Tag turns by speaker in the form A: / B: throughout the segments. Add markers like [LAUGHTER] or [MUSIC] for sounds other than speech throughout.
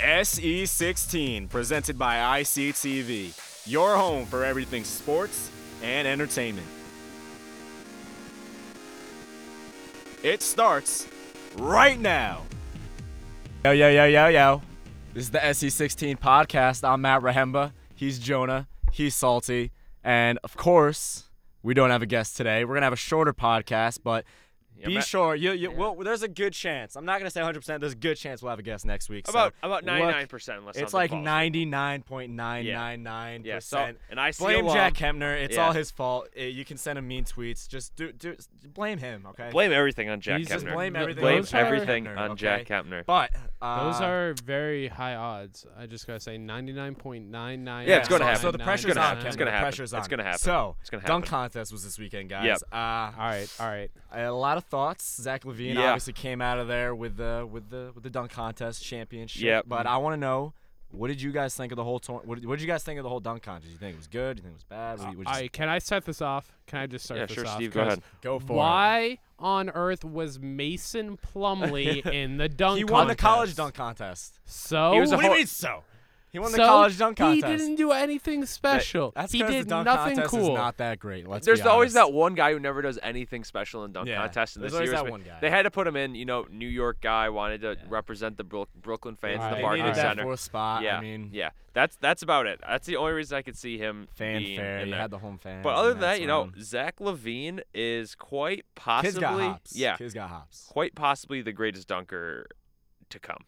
A: SE16, E presented by ICTV, your home for everything sports and entertainment. It starts right now. Yo, yo, yo, yo, yo. This is the SE16 podcast. I'm Matt Rahemba. He's Jonah. He's Salty. And of course, we don't have a guest today. We're going to have a shorter podcast, but be
B: Matt-
A: sure. You, you, well, there's a good chance. I'm not going to say 100%. There's a good chance we'll have a guest next week. so
B: About about
A: look-
B: ninety nine percent unless
A: It's
B: something
A: like
B: falls.
A: 99.999%.
B: Yeah, so and I see
A: Blame
B: alum.
A: Jack Kempner. It's
B: Yeah.
A: all his fault. Uh, you can send him mean tweets. Just do, do blame him, okay?
B: Blame everything on Jack
C: He's
A: Just
C: Kempner.
A: blame
C: Th-
A: everything.
B: Blame
A: on Jack
B: everything
A: Kempner,
B: on
A: okay?
B: Jack Kempner.
A: But
C: Those
A: uh,
C: are very high odds. I just gotta say, ninety nine point nine nine.
B: Yeah, it's gonna
A: so,
B: happen.
A: So the
B: It's
A: pressure's
B: gonna
A: on.
B: happen. It's
A: Kevin.
B: gonna
A: The
B: happen.
A: pressure's on.
B: It's gonna happen.
A: So
B: It's gonna
A: dunk
B: happen.
A: contest was this weekend, guys.
B: Yep.
A: Uh,
C: All right, all right.
A: a lot of thoughts. Zach Levine
B: Yeah.
A: obviously came out of there with the with the with the dunk contest championship.
B: Yep.
A: But I want to know. What did you guys think of the whole tour? What did, what did you guys think of the whole dunk contest? Did you think it was good? Did you think it was bad? What do you, what do you
C: I can I set this off? Can I just start
B: Yeah,
C: this
B: sure,
C: off?
B: Steve, go
C: 'Cause
B: ahead.
A: go for?
C: Why on earth was
B: [LAUGHS]
C: Mason Plumley in the
A: it?
C: dunk?
A: He won the college
C: contest?
A: dunk contest.
C: So
B: He was a
A: Oh, what do you
B: whole-
A: mean so? He won the
C: so
A: college dunk contest.
C: He didn't do anything special.
A: That's
C: he
A: 'cause
C: did
A: the dunk
C: nothing
A: contest
C: cool.
A: is not that great. Let's
B: There's
A: be
B: always
A: honest.
B: that one guy who never does anything special in dunk
A: Yeah,
B: contests, and
A: there's
B: this
A: always
B: year was
A: that
B: ma-
A: one guy.
B: they had to put him in. You know, New York guy wanted to represent the Brook Brooklyn fans, at
C: Alright.
B: the
A: They
C: Barclays
A: needed
B: Barclays
A: that
B: Center.
A: fourth spot.
B: yeah,
A: I mean,
B: yeah, that's that's about it. That's the only reason I could see him being
A: fanfare.
B: in
A: You
B: there.
A: had the home fan.
B: but other than that, you know, Zach Levine is quite possibly,
A: kids got hops.
B: yeah,
A: kids got hops.
B: quite possibly the greatest dunker to come.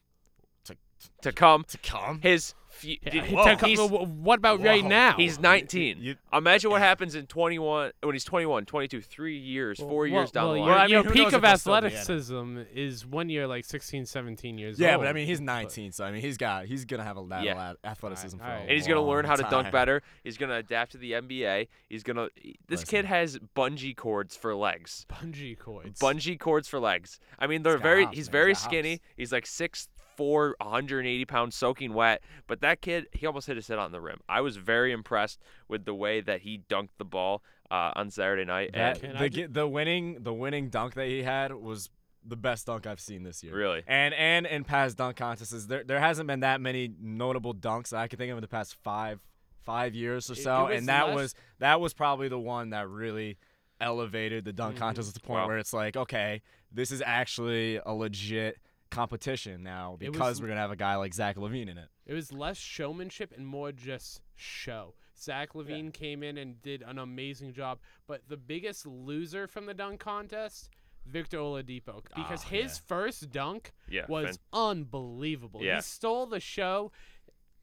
A: To-
B: to come,
A: To come,
B: his fu-
C: Yeah,
B: dude,
C: Tuck-
B: he's-
C: wh- wh- what about right
A: Whoa.
C: now?
B: He's 19.
A: you-
B: Imagine what happens in 21 when he's 21, 22, three years, four
C: Well,
B: years down
C: well,
B: the line.
C: Your,
A: Well, I mean,
C: your
A: who knows if
C: peak of
A: they'll still be in it.
C: athleticism is when you're like 16, 17 years
A: yeah,
C: old.
A: but I mean, he's 19, so I mean, he's got he's gonna have a lot
B: Yeah.
A: of athleticism for
C: Alright,
A: a
C: alright.
B: and he's gonna learn
A: long
B: how to dunk
A: time.
B: better. He's gonna adapt to the NBA. He's gonna. This
A: Listen.
B: kid has bungee cords for legs.
C: bungee cords.
B: Bungee cords for legs. I mean, they're
A: got
B: very.
A: hops,
B: he's
A: man. He's
B: very
A: got
B: skinny.
A: hops.
B: He's like six four, 180 pounds, soaking wet. But that kid, he almost hit his head on the rim. I was very impressed with the way that he dunked the ball uh, on Saturday night.
A: That,
C: Can
A: the
C: I
A: gi- the winning the winning dunk that he had was the best dunk I've seen this
B: and
A: year.
B: really,
A: And and in past dunk contests, there there hasn't been that many notable dunks that I can think of in the past five five years or
C: It- it
A: so.
C: was
A: and that
C: less-
A: was that was probably the one that really elevated the dunk
C: Mhm.
A: contest to the point
B: Wow.
A: where it's like, okay, this is actually a legit competition now
C: It was-
A: because we're gonna have a guy like Zach Levine in it.
C: It was less showmanship and more just show. Zach Levine came in and did an amazing job, but the biggest loser from the dunk contest, Victor Oladipo, because
A: Ah,
C: his first dunk
B: yeah,
C: was
B: fan-
C: unbelievable.
B: Yeah.
C: He stole the show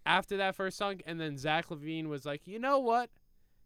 C: after that first dunk, and then Zach Levine was like, "You know what?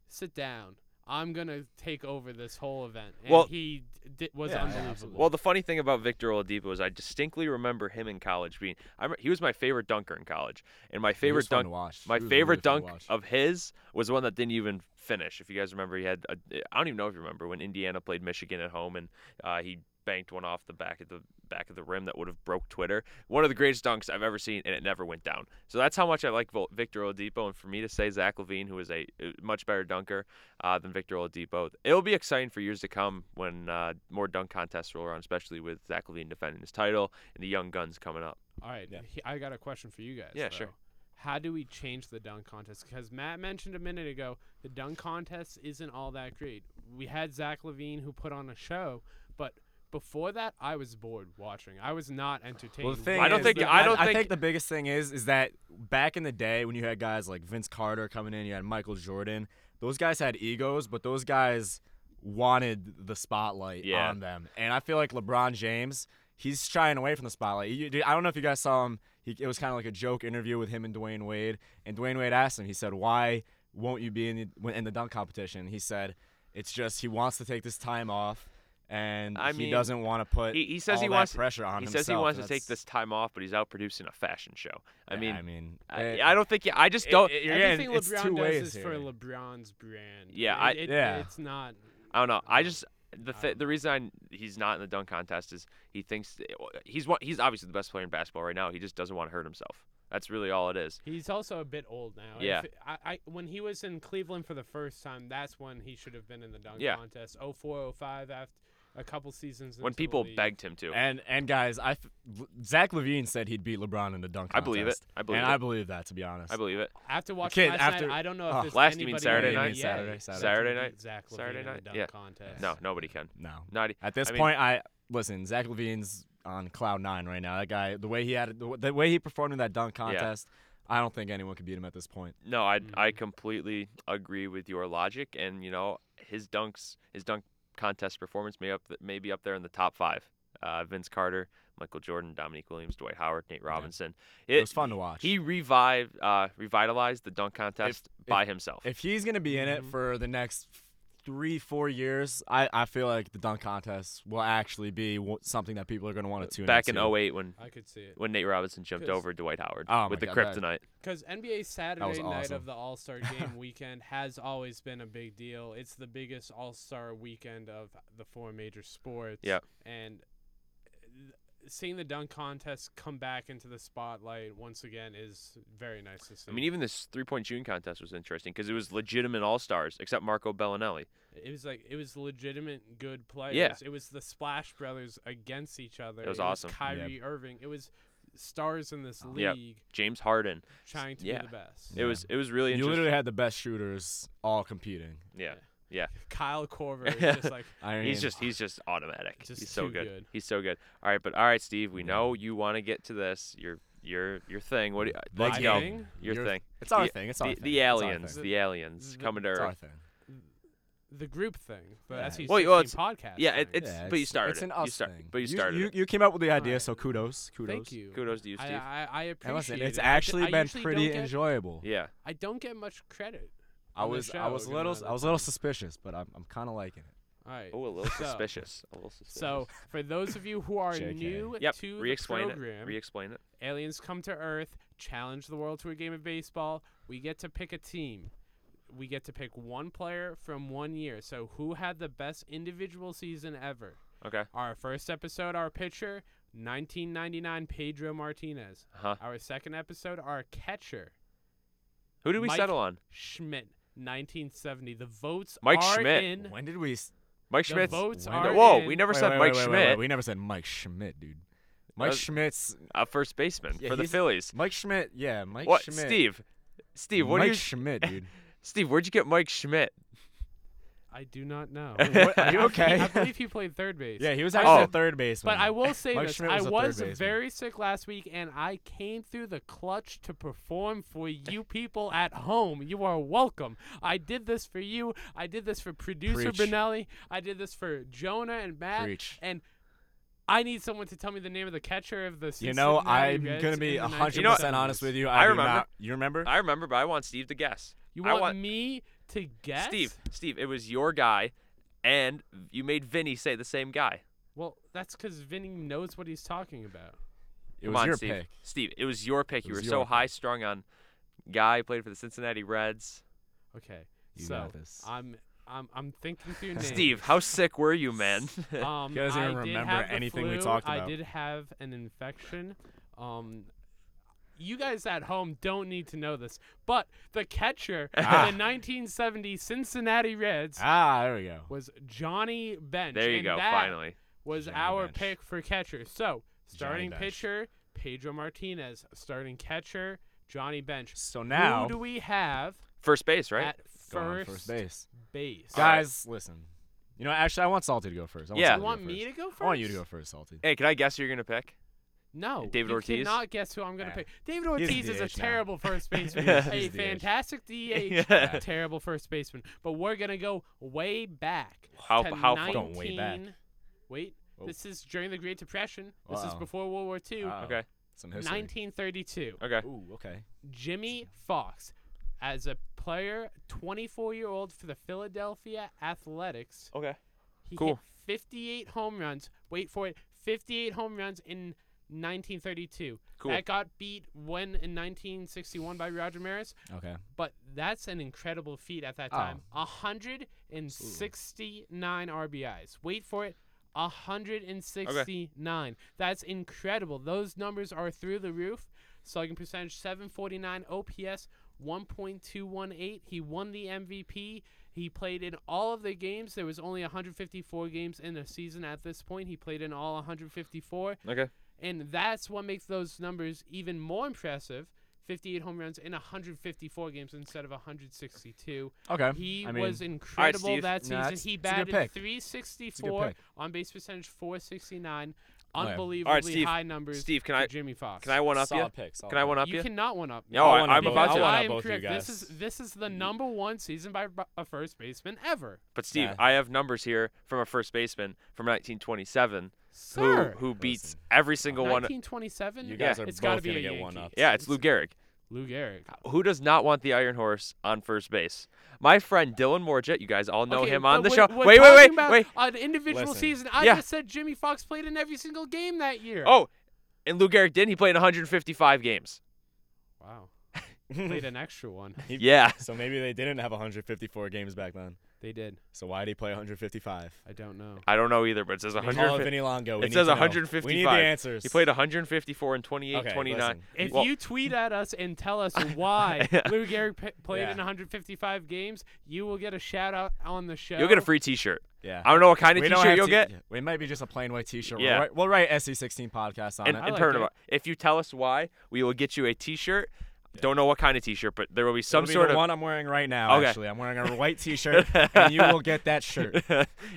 C: Sit down. I'm gonna take over this whole event." And
B: Well-
C: he d- was
A: Yeah, yeah, absolutely.
C: unbelievable.
B: Well, the funny thing about Victor Oladipo is I distinctly remember him in college being. I remember, he was my favorite dunker in college, and my favorite
A: fun
B: dunk.
A: to watch. He
B: My
A: was really
B: favorite
A: fun to
B: dunk
A: watch.
B: of his was one that didn't even finish. If you guys remember, he had. A, I don't even know if you remember when Indiana played Michigan at home, and uh, he banked one off the back of the back of the rim that would have broke Twitter. One of the greatest dunks I've ever seen, and it never went down. So that's how much I like Vol- Victor Oladipo, and for me to say Zach Levine, who is a uh, much better dunker uh, than Victor Oladipo, it'll be exciting for years to come when uh, more dunk contests roll around, especially with Zach Levine defending his title and the young guns coming up.
C: All right,
A: Yeah.
C: he- I got a question for you guys.
B: Yeah,
C: though.
B: sure.
C: How do we change the dunk contest? Because Matt mentioned a minute ago the dunk contest isn't all that great. We had Zach Levine who put on a show, but before that, I was bored watching. I was not entertained.
A: Well, the thing
B: I don't
A: is-
B: think-
A: the-
B: I don't
A: I
B: think-
A: think the biggest thing is is that back in the day when you had guys like Vince Carter coming in, you had Michael Jordan. Those guys had egos, but those guys wanted the spotlight
B: Yeah.
A: on them. And I feel like LeBron James, he's shying away from the spotlight. You- dude, I don't know if you guys saw him. He, it was kind of like a joke interview with him and Dwayne Wade. And Dwayne Wade asked him, he said, "Why won't you be in the, when- in the dunk competition?" He said, "It's just he wants to take this time off." And
B: I
A: he
B: mean,
A: doesn't want to put
B: he- he says
A: all
B: he
A: that
B: wants-
A: pressure on
B: he
A: himself.
B: says he wants to take
A: That's-
B: this time off, but he's out producing a fashion show. I
A: yeah,
B: mean,
A: I mean, eh,
B: I,
A: it-
B: I don't think. I just
A: it-
B: don't.
A: it- you're
C: Everything
A: getting- it's
C: LeBron
A: two
C: does
A: ways
C: is
A: here.
C: for LeBron's brand.
B: Yeah,
C: It-
B: I-
C: it-
A: Yeah.
C: it's not.
B: I don't know. I
C: Um,
B: just the
C: I
B: th-
C: don't
B: the reason I'm, he's not in the dunk contest is he thinks he's one, he's obviously the best player in basketball right now. He just doesn't want to hurt himself. That's really all it is.
C: He's also a bit old now. If
B: Yeah.
C: it- I, I when he was in Cleveland for the first time, that's when he should have been in the dunk Oh
B: Yeah.
C: contest. 04, 05 after a couple seasons.
B: when
C: into the
B: people
C: league.
B: begged him to.
A: And and guys, I f- Zach Levine said he'd beat LeBron in the dunk
B: I
A: contest.
B: believe it. I believe
A: and
B: it.
A: I believe that to be honest.
B: I believe it.
C: after watching
A: kid
C: last
A: after-
C: night, I don't know if
A: oh.
C: there's
B: Last, you mean
C: anybody
B: Saturday
C: in the
B: night?
C: NBA
A: Saturday,
C: that can
B: Saturday
C: beat
B: night?
C: Zach Levine
B: Saturday
C: in the
B: night?
C: dunk
B: Yeah.
C: contest.
B: No, nobody can.
A: no.
B: Not e,
A: At this
B: I mean-
A: point, I listen. Zach Levine's on cloud nine right now. That guy, the way he had, it- the, w- the way he performed in that dunk contest, I don't think anyone could beat him at this point.
B: No, I
A: Mm.
B: I
C: Mhm.
B: completely agree with your logic, and you know his dunks, his dunk contest performance may up th- may be up there in the top five. Uh, Vince Carter, Michael Jordan, Dominique Williams, Dwight Howard, Nate Robinson.
A: It, was fun to watch.
B: He revived, uh, revitalized the dunk contest by himself.
A: if he's gonna be in
B: Mm-hmm.
A: it
C: Mhm.
A: for the next three, four years, I, I feel like the dunk contest will actually be w- something that people are gonna want to tune
B: Uh, Back in
A: into.
B: 08 when
C: I could see it
B: when Nate Robinson jumped
C: Because-
B: over Dwight Howard
A: Oh
B: with
A: my
B: the
A: God, that-
B: kryptonite.
C: because NBA Saturday night
A: awesome.
C: of the All Star
B: [LAUGHS]
C: Game weekend has always been a big deal. It's the biggest All Star weekend of the four major sports.
B: Yeah.
C: and th- seeing the dunk contest come back into the spotlight once again is very nice to see.
B: I mean, even this three-point shooting contest was interesting because it was legitimate all-stars except Marco Bellinelli.
C: It was like it was legitimate good players. It was the Splash Brothers against each other.
B: It was awesome. Yep.
C: Kyrie Irving. It was stars in this
B: Yep.
C: league
B: James Harden.
C: trying to
B: Yeah.
C: be the best.
A: Yeah.
B: It was it was really
A: You
B: interesting.
A: literally had the best shooters all competing.
B: yeah.
C: Kyle
B: [LAUGHS]
C: Korver is just like
A: I mean,
B: He's just he's just automatic.
C: Just
B: he's so
C: too
B: good.
C: good.
B: He's so good. All right, but all right, Steve, we know you want to get to this. Your your your thing. What do you, uh, let's
A: My
B: go.
C: thing?
B: Your,
A: Your-
B: thing.
A: it's our
B: the-
A: thing. It's our
B: The,
A: thing.
B: the
A: it's our
B: aliens.
A: thing.
B: The aliens
C: The-
B: coming to
A: It's our
B: Earth.
A: thing.
C: the group thing. But
A: Yeah.
C: that's his
B: Well, well, it's-
C: podcast.
B: Yeah, it,
C: thing.
B: it's
A: Yeah,
B: but you
A: it's-
B: started.
A: It's an
B: it.
A: us
B: you start,
A: thing.
B: But you started.
A: You,
B: it.
A: you came up with the idea,
C: Alright.
A: so kudos. Kudos.
C: Thank you.
B: Kudos to you,
C: I,
B: Steve.
C: I, I
A: And
C: appreciate
A: listen, it's
C: it. I d-
A: actually
C: I
A: been
C: usually
A: pretty
C: don't get-
A: enjoyable.
B: yeah.
C: I don't get much credit.
A: I
C: on the
A: was I
C: show,
A: was a
C: given
A: little
C: that
A: I was a
C: the
A: little
C: time.
A: suspicious, but I'm I'm kind of liking it.
C: All right.
B: Oh, a little
C: So-
B: suspicious. A little suspicious.
C: So, for those of you who are
A: JK.
C: new
B: yep.
C: to the
B: Re-explain
C: program,
B: it. Re-explain it.
C: aliens come to Earth, challenge the world to a game of baseball. We get to pick a team. We get to pick one player from one year. So, who had the best individual season ever?
B: Okay.
C: Our first episode, our pitcher, 1999 Pedro Martinez.
B: Huh.
C: Our second episode, our catcher,
B: Who did we
C: Mike-
B: settle on?
C: Schmidt, 1970. The votes
B: Mike
C: are
B: Schmidt.
C: in.
A: When did we? s-
B: Mike
C: The
B: Schmidt.
C: votes
A: When-
C: are
B: Whoa,
C: in.
B: we never
A: wait,
B: said
A: wait,
B: Mike
A: wait, wait,
B: Schmidt,
A: wait, We never said Mike Schmidt, dude. Mike
B: was-
A: Schmidt's
B: a uh, first baseman
A: yeah,
B: for the
A: he's-
B: Phillies.
A: Mike Schmidt. Yeah, Mike
B: what,
A: Schmidt.
B: Steve? Steve, what
A: Mike
B: do you?
A: Schmidt, dude.
B: Steve, where'd you get Mike Schmidt?
C: I do
B: [LAUGHS]
C: not know.
A: What- are you
C: I think- I
A: okay?
C: believe he played third base.
A: yeah, he was
C: I
A: actually
B: Oh.
A: a third baseman.
C: But I will say
A: Mike Mm.
C: this:
A: Schmidt
C: I
A: was a third
C: was
A: baseman.
C: very sick last week, and I came through the clutch to perform
A: [LAUGHS]
C: for you people at home. You are welcome. I did this for you. I did this for producer
A: Preach.
C: Benelli. I did this for Jonah and Matt.
A: Preach.
C: And I need someone to tell me the name of the catcher of the.
A: You know,
C: Cincinnati
A: I'm
C: Reds
A: gonna be
C: in the
A: hundred
B: You know what?
A: percent honest with you.
B: 1970s. I
A: do
B: remember.
A: not- you remember?
B: I remember, but I want Steve to guess.
C: 1970s. You
B: I
C: want,
B: want-
C: me to guess?
B: Steve, Steve, it was your guy, and you made Vinny say the same guy.
C: Well, that's because Vinny knows what he's talking about.
A: it
B: Come
A: was
B: on,
A: your
B: Steve.
A: pick.
B: Steve, it was your pick.
A: It
B: you were
A: was
B: so
A: your pick.
B: high strung on guy played for the Cincinnati Reds.
C: Okay.
A: You
C: so
A: got this.
C: I'm I'm I'm
A: [LAUGHS]
C: thinking through names.
B: Steve, how sick were you,
C: [LAUGHS]
B: man? [LAUGHS]
C: Um,
A: He doesn't
C: I
A: even
C: did
A: remember
C: have the
A: anything we
C: flu.
A: talked
C: I
A: about.
C: did have an infection. Um, you guys at home don't need to know this, but the catcher for
A: Ah.
C: the 1970 Cincinnati Reds
A: Ah, there we go.
C: was Johnny Bench.
B: there you
C: and
B: go.
C: that
B: Finally,
C: was
A: Johnny
C: our
A: Bench.
C: pick for catcher. So starting
A: Bench.
C: pitcher Pedro Martinez, starting catcher Johnny Bench.
A: So now
C: who do we have
B: first base, right?
C: at
A: going on
C: first,
A: first base.
C: base?
B: All right.
A: Guys, listen. You know, actually, I want Salty to go first. I want
B: Yeah.
A: Salty
C: You
A: to
C: want
A: go
C: me
A: first.
C: to go first?
A: I want you to go first, Salty.
B: Hey, can I guess who you're gonna pick?
C: No,
B: David
C: you
B: Ortiz?
C: Cannot guess who I'm gonna
A: Nah.
C: pick. David
A: He's a
C: Ortiz is a
A: DH now.
C: terrible first baseman,
B: [LAUGHS] He's
A: a
C: a
A: DH.
C: fantastic DH,
B: [LAUGHS] Yeah.
C: terrible first baseman. But we're gonna go way back.
B: How-
C: to
B: how far-
C: 19...
A: Going way back.
C: Wait,
A: Oh.
C: this is during the Great Depression. This is
A: Wow.
C: before World War II.
A: Wow.
B: Okay.
A: Some history.
C: 1932.
B: Okay.
A: Ooh, okay.
C: Jimmy Fox, as a player, 24 year old for the Philadelphia Athletics.
B: Okay.
C: He
B: Cool.
C: hit 58 home runs. Wait for it. 58 home runs in 1932.
B: Cool.
C: That got beat when in 1961 by Roger Maris,
A: Okay.
C: but that's an incredible feat at that
A: Oh.
C: time. 169 RBIs. Wait for it. 169. That's incredible. Those numbers are through the roof. Slugging percentage 749 OPS 1.218. He won the MVP He played in all of the games. There was only 154 games in a season at this point. He played in all 154,
B: Okay.
C: and that's what makes those numbers even more impressive. 58 home runs in 154 games instead of 162.
A: Okay.
C: He
A: I mean,
C: was incredible
B: Steve.
C: that
A: Nah,
C: season.
A: that's-
C: he
A: it's a good
C: batted
A: pick.
C: 364
A: pick. Oh,
C: on base percentage 469.
A: All right.
C: Unbelievably
B: Steve.
C: high numbers.
B: Steve, can
C: for
B: I-
C: Jimmy Fox?
B: can I one up you?
A: solid pick, solid
B: Can I
A: pick.
B: one up
C: You
B: you?
C: cannot one up. me.
B: No,
A: I
B: I,
A: wanna
B: I'm
A: be-
B: about
A: I
B: to.
A: wanna-
C: I am
A: both you
C: correct. This
A: guys.
C: is this is
B: Mm-hmm.
C: the number one season by b- a first baseman ever.
B: But Steve,
A: Nah.
B: I have numbers here from a first baseman from 1927 who
C: Sir,
B: who beats
A: Listen.
B: every single one.
C: 1927.
A: You
B: Yeah.
A: guys are
C: it's gotta
A: both
C: be
A: gonna
C: a
A: get
C: Yankee.
A: one up.
B: Yeah, it's Lou Gehrig.
C: Lou Gehrig.
B: Who does not want the Iron Horse on first base? My friend Dylan Morget, you guys all know
C: Okay,
B: him on the
C: but
B: show.
C: we're- we're
B: wait, wait, wait,
C: talking about
B: wait.
C: An individual
A: Listen.
C: season. I
B: Yeah.
C: just said Jimmy Fox played in every single game that year.
B: Oh, and Lou Gehrig didn't. He played in 155 games.
C: wow. played an extra one.
A: He-
B: Yeah. [LAUGHS]
A: So maybe they didn't have 154 games back then.
C: They did.
A: So why did he play 155?
C: I don't know.
B: I don't know either, but it says
A: Call of
B: 150.
A: Longo. We
B: It
A: need
B: says
A: to know. We need the
B: 155.
A: answers.
B: He played 154 and 28,
A: Okay,
B: 29.
A: listen.
C: If
B: Well,
C: you tweet at us and tell
B: [LAUGHS]
C: us why Lou Gehrig p- played
A: Yeah.
C: in 155 games, you will get a shout out on the show.
B: you'll get a free T-shirt.
A: Yeah.
B: I don't know what kind of
A: we don't
B: T-shirt
A: have
B: you'll
A: to-
B: get.
A: yeah, It might be just a plain white T-shirt.
B: Yeah.
A: We'll write, we'll write SC16 podcast on
B: and,
A: it.
C: I
B: and
C: like
B: turn
C: it.
B: about. If you tell us why, we will get you a T-shirt. Don't know what kind of T-shirt, but there will be some
A: It'll be
B: sort
A: the
B: of.
A: one I'm wearing right now.
B: Okay.
A: Actually, I'm wearing a white T-shirt, and you will get that shirt.
B: [LAUGHS]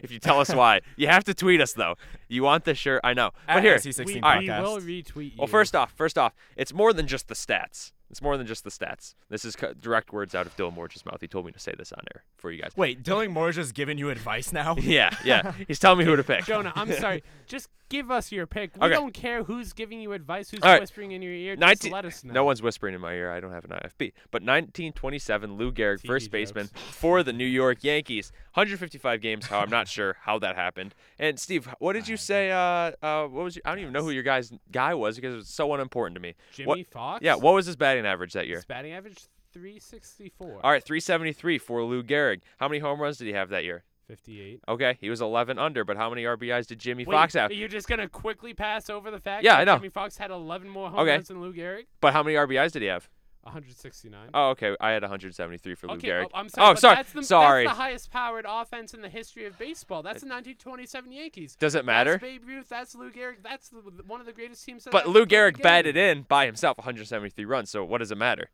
B: if you tell us why, you have to tweet us though. You want the shirt? I know. But
A: At
B: here,
A: SC16
C: we, we
A: podcast.
C: will retweet you.
B: well, first off, first off, it's more than just the stats. It's more than just the stats. This is co- direct words out of Dylan Morge's mouth. He told me to say this on air for you guys.
A: Wait, Dylan Moore's just giving you advice now?
B: [LAUGHS] Yeah, yeah. He's telling me who to pick.
C: Jonah,
B: [LAUGHS]
C: I'm sorry. Just give us your pick. We
B: Okay.
C: don't care who's giving you advice, who's
B: All right.
C: whispering in your ear. Just
B: 19
C: let us know.
B: No one's whispering in my ear. I don't have an IFB. But 1927, Lou Gehrig,
C: Tiki
B: first
C: jokes.
B: baseman for the New York Yankees. 155 games. How I'm not sure how that happened. And Steve, what did you say? Uh, uh, what was? Your, I don't even know who your guy's guy was because it's so unimportant to me.
C: Jimmy
B: What-
C: Fox?
B: Yeah. What was his batting average that year?
C: His batting average 364.
B: All right, 373 for Lou Gehrig. How many home runs did he have that year?
C: 58.
B: Okay, he was 11 under. But how many RBIs did Jimmy
C: Wait,
B: Fox have?
C: You're just going to quickly pass over the fact
B: Yeah,
C: that
B: I know.
C: Jimmy Fox had 11 more home
B: Okay.
C: runs than Lou Gehrig?
B: But how many RBIs did he have?
C: 169.
B: Oh, okay. I had 173 for Lou
C: Okay,
B: Gehrig.
C: oh, I'm sorry.
B: Oh,
C: but
B: sorry.
C: That's the,
B: sorry.
C: That's the highest powered offense in the history of baseball. That's the 1927 Yankees.
B: Does it matter?
C: That's Babe Ruth. That's Lou Gehrig. That's the, one of the greatest teams. That
B: But
C: ever
B: Lou
C: played the
B: Gehrig
C: game.
B: batted in by himself 173 runs, so what does it matter?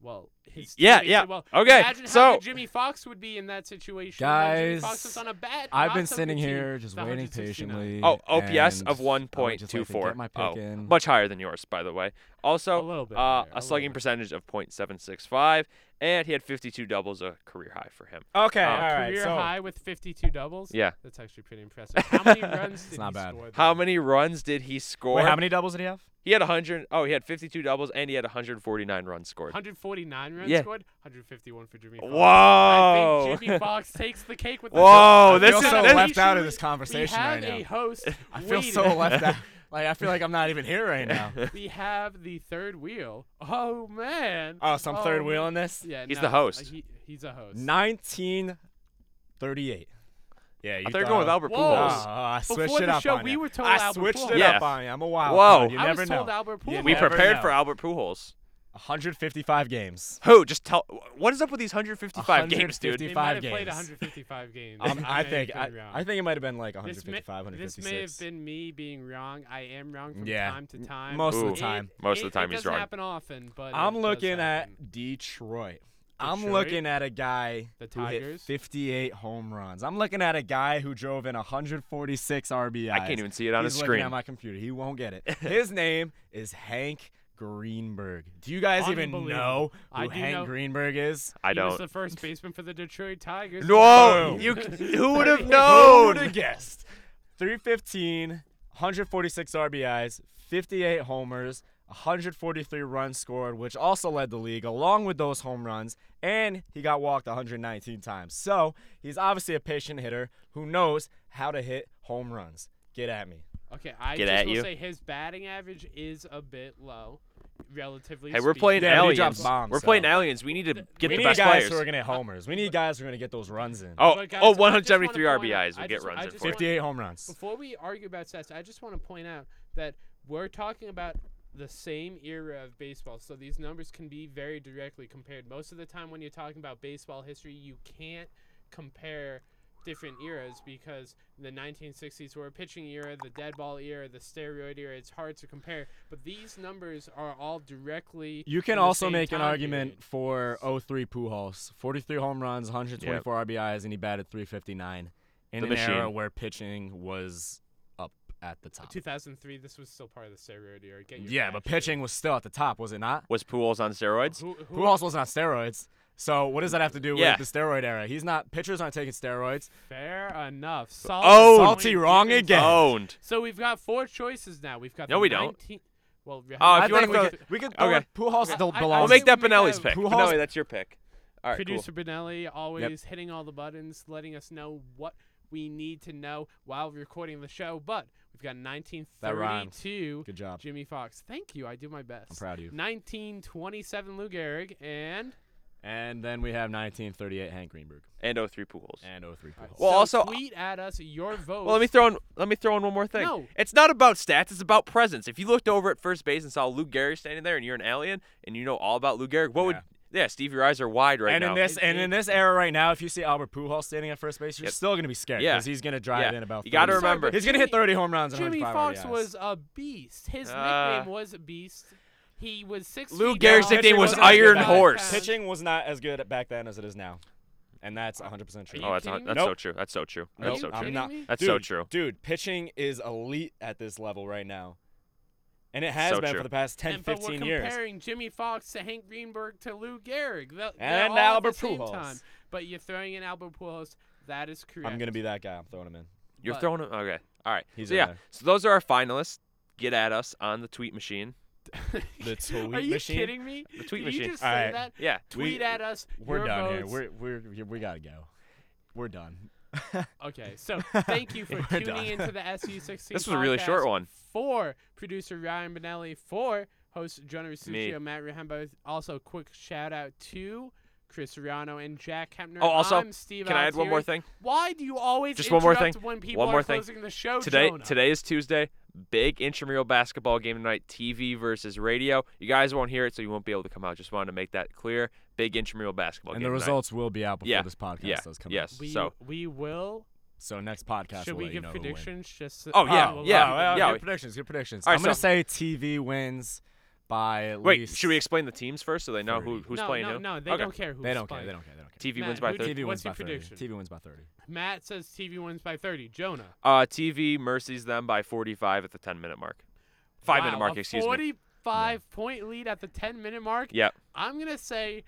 C: Well, his
B: Yeah,
C: teammates
B: yeah.
C: did Well,
B: Okay,
C: Imagine how
B: so-
C: good Jimmy Fox would be in that situation. Imagine Jimmy Fox
A: Guys,
C: was on a bat.
A: I've
C: not
A: been
C: so
A: sitting
C: good team,
A: here just
C: the
A: waiting
C: 169.
A: patiently.
B: Oh, OPS
A: and
B: of
A: I would just like to
B: 1.24.
A: get my pick
B: oh,
A: in.
B: much higher than yours, by the way. Also,
C: A little bit
B: uh,
C: higher, a
B: a
C: little
B: slugging
C: bit.
B: percentage of 0.765, and he had 52 doubles, a career high for him.
A: Okay,
B: Um,
A: all right.
C: Career
A: So
C: high with 52 doubles.
B: Yeah.
C: That's actually pretty impressive.
A: [LAUGHS]
C: How many runs did
A: not
C: he
A: bad.
C: score? then?
B: How many runs did he score?
A: wait, how many doubles did he have?
B: He had 100. Oh, he had 52 doubles, and he had 149 runs scored.
C: 149 runs
B: Yeah.
C: scored. 151 for Jimmy. Fox. I
B: Whoa! [LAUGHS]
C: think Jimmy Fox takes the cake with the
B: Whoa,
A: I
B: Oh, this
A: feel
B: is
A: so
B: this-
A: left out of
C: We-
A: this conversation
C: we
A: right
C: have
A: now.
C: a host.
A: I feel
C: waiting.
A: so left [LAUGHS] out. Like I feel like I'm not even here right
B: [LAUGHS]
A: now.
C: [LAUGHS] We have the third wheel. Oh man.
A: Oh, some
C: oh,
A: third
C: man.
A: wheel in this.
C: Yeah,
B: He's
C: no,
B: the host.
C: He, he's a host.
A: 1938. Yeah, you
B: I thought you were
A: thought-
B: going with Albert
C: Whoa.
B: Pujols.
A: Oh, I
C: Before
A: switched it
C: the
A: up
C: show,
A: on
C: we
A: you.
C: were told
A: I
C: Albert
A: switched
C: Pujols.
A: it
B: Yeah.
A: up on you. I'm a wild
B: Whoa.
A: card. You
C: I
A: never
C: was
A: know.
C: told Albert
A: You
C: Pujols.
B: we
A: never
B: prepared
A: know.
B: for Albert Pujols.
A: 155
C: [LAUGHS]
A: games.
B: Who? Just tell. What is up with these 155 games, dude?
C: They
A: 155
C: might have played
A: games.
C: 155 games.
A: Um, I
C: may
A: think
C: have
A: I,
C: been wrong.
A: I think it might have been like
C: This may-
A: 155,
C: This
A: 156.
C: may have been me being wrong. I am wrong from
A: Yeah.
C: time to time.
A: Most of the
B: Ooh.
A: time.
C: It-
B: Most of
C: it-
B: the time
C: it
B: he's
C: doesn't
B: wrong.
C: happen often, but
A: I'm
C: it does
A: looking at
C: happen.
A: Detroit. I'm
C: Detroit?
A: looking at a guy
C: The
A: who hit
C: Tigers?
A: 58 home runs. I'm looking at a guy who drove in 146 RBIs.
B: I can't even see it on
A: He's
B: his
A: looking
B: screen.
A: at my computer. He won't get
B: [LAUGHS]
A: it. His name is Hank Greenberg. Do you guys even
C: Unbelievable.
A: know
C: I
A: who
C: do
A: Hank
C: know-
A: Greenberg is?
B: I
C: He was
B: don't.
C: the first baseman for the Detroit Tigers.
B: No,
A: Boom.
B: you.
A: [LAUGHS]
B: c- Who would have
A: Oh. Who
B: known?
A: would have guessed? 315, 146 RBIs, 58 homers, 143 runs scored, which also led the league along with those home runs, and he got walked 119 times. So he's obviously a patient hitter who knows how to hit home runs. Get at me.
C: Okay, I
B: Get
C: just
B: at
C: will
B: you.
C: say his batting average is a bit low, relatively.
B: Hey, we're
C: speaking.
B: playing
A: Yeah, but he drops
B: aliens.
A: bombs,
B: we're playing
A: so.
B: aliens. We need to get
A: we
B: the
A: need
B: best
A: guys
B: players.
A: who are gonna hit homers. We need guys who are gonna get those runs in.
B: Oh,
C: But guys,
B: oh,
C: I just wanna
B: 173
C: point out-
B: RBIs
C: I
B: will get
C: just-
B: runs
C: I
B: in
C: just
B: for. you.
C: wanna-
A: 58 home runs.
C: Before we argue about stats, I just want to point out that we're talking about the same era of baseball, so these numbers can be very directly compared. Most of the time, when you're talking about baseball history, you can't compare different eras because the 1960s were a pitching era, the dead ball era, the steroid era. It's hard to compare, but these numbers are all directly.
A: You
C: in
A: can
C: the
A: also
C: same
A: make an
C: time
A: argument
C: period.
A: for 03 Pujols, 43 home runs, 124 RBIs, and he batted 359 in
B: The
A: an era
B: machine.
A: where pitching was up at the top.
C: 2003. This was still part of the steroid era. Get your
A: Yeah, but
C: facts straight.
A: pitching was still at the top, was it not?
B: Was Pujols on steroids?
C: Who, who,
A: Pujols was on steroids. So what does that have to do
B: Yeah.
A: with the steroid era? He's not. Pitchers aren't taking steroids.
C: Fair enough. Solid
B: Oh,
C: point
A: salty wrong
C: given.
A: again.
B: Owned.
C: So we've got four choices now. We've got
B: No,
C: the
B: we don't.
C: 19 Well,
B: Oh, if
A: I
B: you
A: think we
B: wanna throw-
A: could, we could throw
B: okay.
A: in Oh, Pujols
C: I-
A: still
C: I- I
B: We'll
A: belongs.
B: make
C: think
B: that
C: we
B: Benelli's
C: have
B: pick.
A: Pujols-
B: Benelli, that's your pick. All right, cool.
C: producer Benelli always hitting all the buttons, letting us know what we need to know while recording the show. But we've got 1932
A: Good job.
C: Jimmy Fox. Thank you. I do my best.
A: I'm proud of you.
C: 1927 Lou Gehrig and
A: And then we have 1938 Hank Greenberg
B: And 03 Pujols.
A: and 03 Pujols.
B: Well,
C: so
B: also- uh,
C: tweet at us your vote.
B: Well, let me throw in let me throw in one more thing.
C: No.
B: It's not about stats, it's about presence. If you looked over at first base and saw Lou Gehrig standing there and you're an alien and you know all about Lou Gehrig, what would
A: Yeah.
B: Yeah, Steve, your eyes are wide right
A: and
B: now.
A: in this
C: It-
A: and
C: it-
A: in this era right now, if you see Albert Pujols standing at first base, you're
B: Yep.
A: still gonna be scared
B: Yeah.
A: because he's gonna drive
B: Yeah.
A: in about.
B: You gotta
A: 30.
B: remember-
A: he's gonna hit
C: Jimmy-
A: 30 home runs. and
C: Jimmy
A: 105
C: Fox
A: RBIs.
C: was a beast. His
B: Uh,
C: nickname was Beast. He was six.
B: Lou
C: feet
B: Gehrig's
C: tall.
B: nickname
A: Pitching
B: was
A: wasn't as good
B: Iron
A: back-
C: Five
B: Horse.
C: pounds.
A: Pitching was not as good back then as it is now, and that's 100 percent true.
C: Are you
B: oh, that's
C: kidding
B: not,
C: me?
B: that's so
A: Nope.
B: true. That's so true.
C: Are
B: That's
C: you
B: so true.
A: I'm
C: kidding
A: not-
C: me?
B: That's
A: dude,
B: so true.
A: Dude, pitching is elite at this level right now. And it has
B: So
A: been
B: true.
A: for the past 10,
C: and, but
A: 15
C: we're
A: years.
C: comparing Jimmy Fox to Hank Greenberg to Lou Gehrig. Th- they're
A: And
C: all at
A: Albert
C: the same
A: Pujols.
C: time. But you're throwing in Albert Pujols. That is correct.
A: I'm going to
C: [LAUGHS]
A: be that guy. I'm throwing him in.
B: You're
C: But-
B: throwing him. Okay. All right.
A: He's
B: so,
A: in
B: yeah.
A: there.
B: So those are our finalists. Get at us on the tweet machine.
A: The tweet
C: Are you
A: machine?
C: kidding me?
B: The tweet
C: Did
B: machine.
C: You just
A: All
C: say
A: right.
C: that?
B: Yeah.
C: Tweet
A: We-
C: at us.
A: We're
C: your
A: done here.
C: votes.
A: We're, we're, we got to go. We're done.
C: Okay,
A: [LAUGHS]
C: so thank you for
A: We're
C: tuning
A: done. [LAUGHS]
C: into the SU16.
B: This was a really short
C: podcast
B: one.
C: For producer Ryan Benelli, for host Jonah Rasuccio, Matt Rehembo. Also, quick shout out to Chris Riano and Jack Kempner.
B: Oh, also,
C: I'm Steve
B: Can I add one more
C: Altieri.
B: thing?
C: Why do you always
B: Just one more
C: interrupt
B: thing.
C: When people
B: One
C: are
B: more thing.
C: closing the show
B: Today
C: Jonah?
B: today is Tuesday. Big intramural basketball game tonight. TV versus radio. You guys won't hear it, so you won't be able to come out. Just wanted to make that clear. Big intramural basketball
A: and
B: game.
A: the
B: tonight.
A: results will be out before
B: Yeah.
A: this podcast
B: Yeah.
A: does come out.
B: Yes.
C: we,
B: so
C: we will.
A: So next podcast,
C: Should
A: we'll
C: we
A: let you
C: give
A: know who wins.
C: predictions? Just so-
B: Oh, yeah,
C: we'll
B: yeah,
A: Oh,
C: let-
A: well,
B: yeah,
A: good
B: we-
A: predictions. Good predictions.
B: All right,
A: I'm going to
B: so-
A: say TV wins by at
B: wait,
A: least.
B: should we explain the teams first so they know who,
A: 30.
B: who's
C: no,
B: playing
C: no,
B: who?
C: No, they
B: Okay.
C: don't care who's
A: They don't care.
C: playing.
A: They don't care. They don't care.
B: TV
C: Matt,
B: wins by
C: who-
B: 30.
A: TV
C: What's
A: wins by
C: your
A: 30.
C: prediction?
A: TV wins by 30.
C: Matt says TV wins by 30. Jonah.
B: Uh, TV mercies them by 45 at the 10 minute mark. Five minute
C: Wow,
B: mark,
C: a
B: excuse me.
C: 45 point lead at the 10 minute mark.
B: Yep.
C: I'm going to say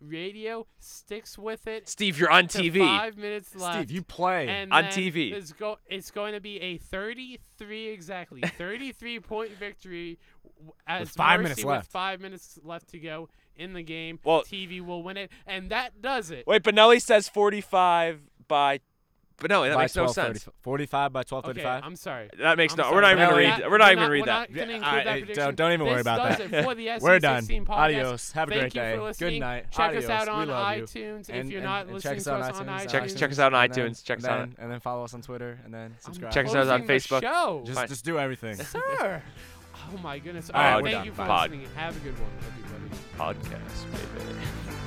C: radio sticks with it.
B: Steve, you're on
C: to
B: TV.
C: Five minutes left.
A: Steve, you play.
C: and
B: on
C: then
B: TV.
C: It's, go- it's going to be a 33 exactly, 33 point victory. w- As
A: five
C: Mercy
A: minutes
C: with
A: left.
C: five minutes left to go in the game.
B: Well-
C: TV will win it, and that does it.
B: Wait, Benelli says 45 by. Benelli, that
A: by
B: makes no
A: 12:35
B: sense.
A: 45 by
C: okay,
A: 1235.
C: I'm sorry.
B: That makes
C: I'm
B: no.
C: sorry.
B: We're not even
A: No,
B: gonna
A: we're
B: read.
A: not-
B: we're not even
C: we're
B: read that.
C: Not gonna
A: Yeah,
C: include
A: I-
C: that
A: I- don't-
C: prediction.
A: don't even worry
C: This
A: about
C: does
A: that.
C: It for the
A: We're done.
C: SC16 podcast.
A: Adios. Have a
C: Thank
A: great
C: you
A: day.
C: for
A: Good
C: listening.
A: night.
C: Check us
A: Adios.
C: out
A: We
C: on
A: love you.
C: iTunes if
A: And-
C: you're
A: and-
C: not
A: and
C: listening
A: check us
C: to
A: out
C: us on iTunes.
B: Check us- check us out on
A: and then-
B: iTunes, check us
A: and
B: out
A: then-
B: on-
A: And then follow us on Twitter, and then subscribe.
B: Check us out on
C: Closing the
B: Facebook.
C: Show.
A: Just,
B: Fine.
A: just do everything. [LAUGHS]
C: [LAUGHS] Sir. Oh my goodness.
A: All right,
C: All right,
A: we're
C: thank
A: done.
C: you for
A: Bye.
C: listening. Have a good one, everybody.
B: Podcast, baby.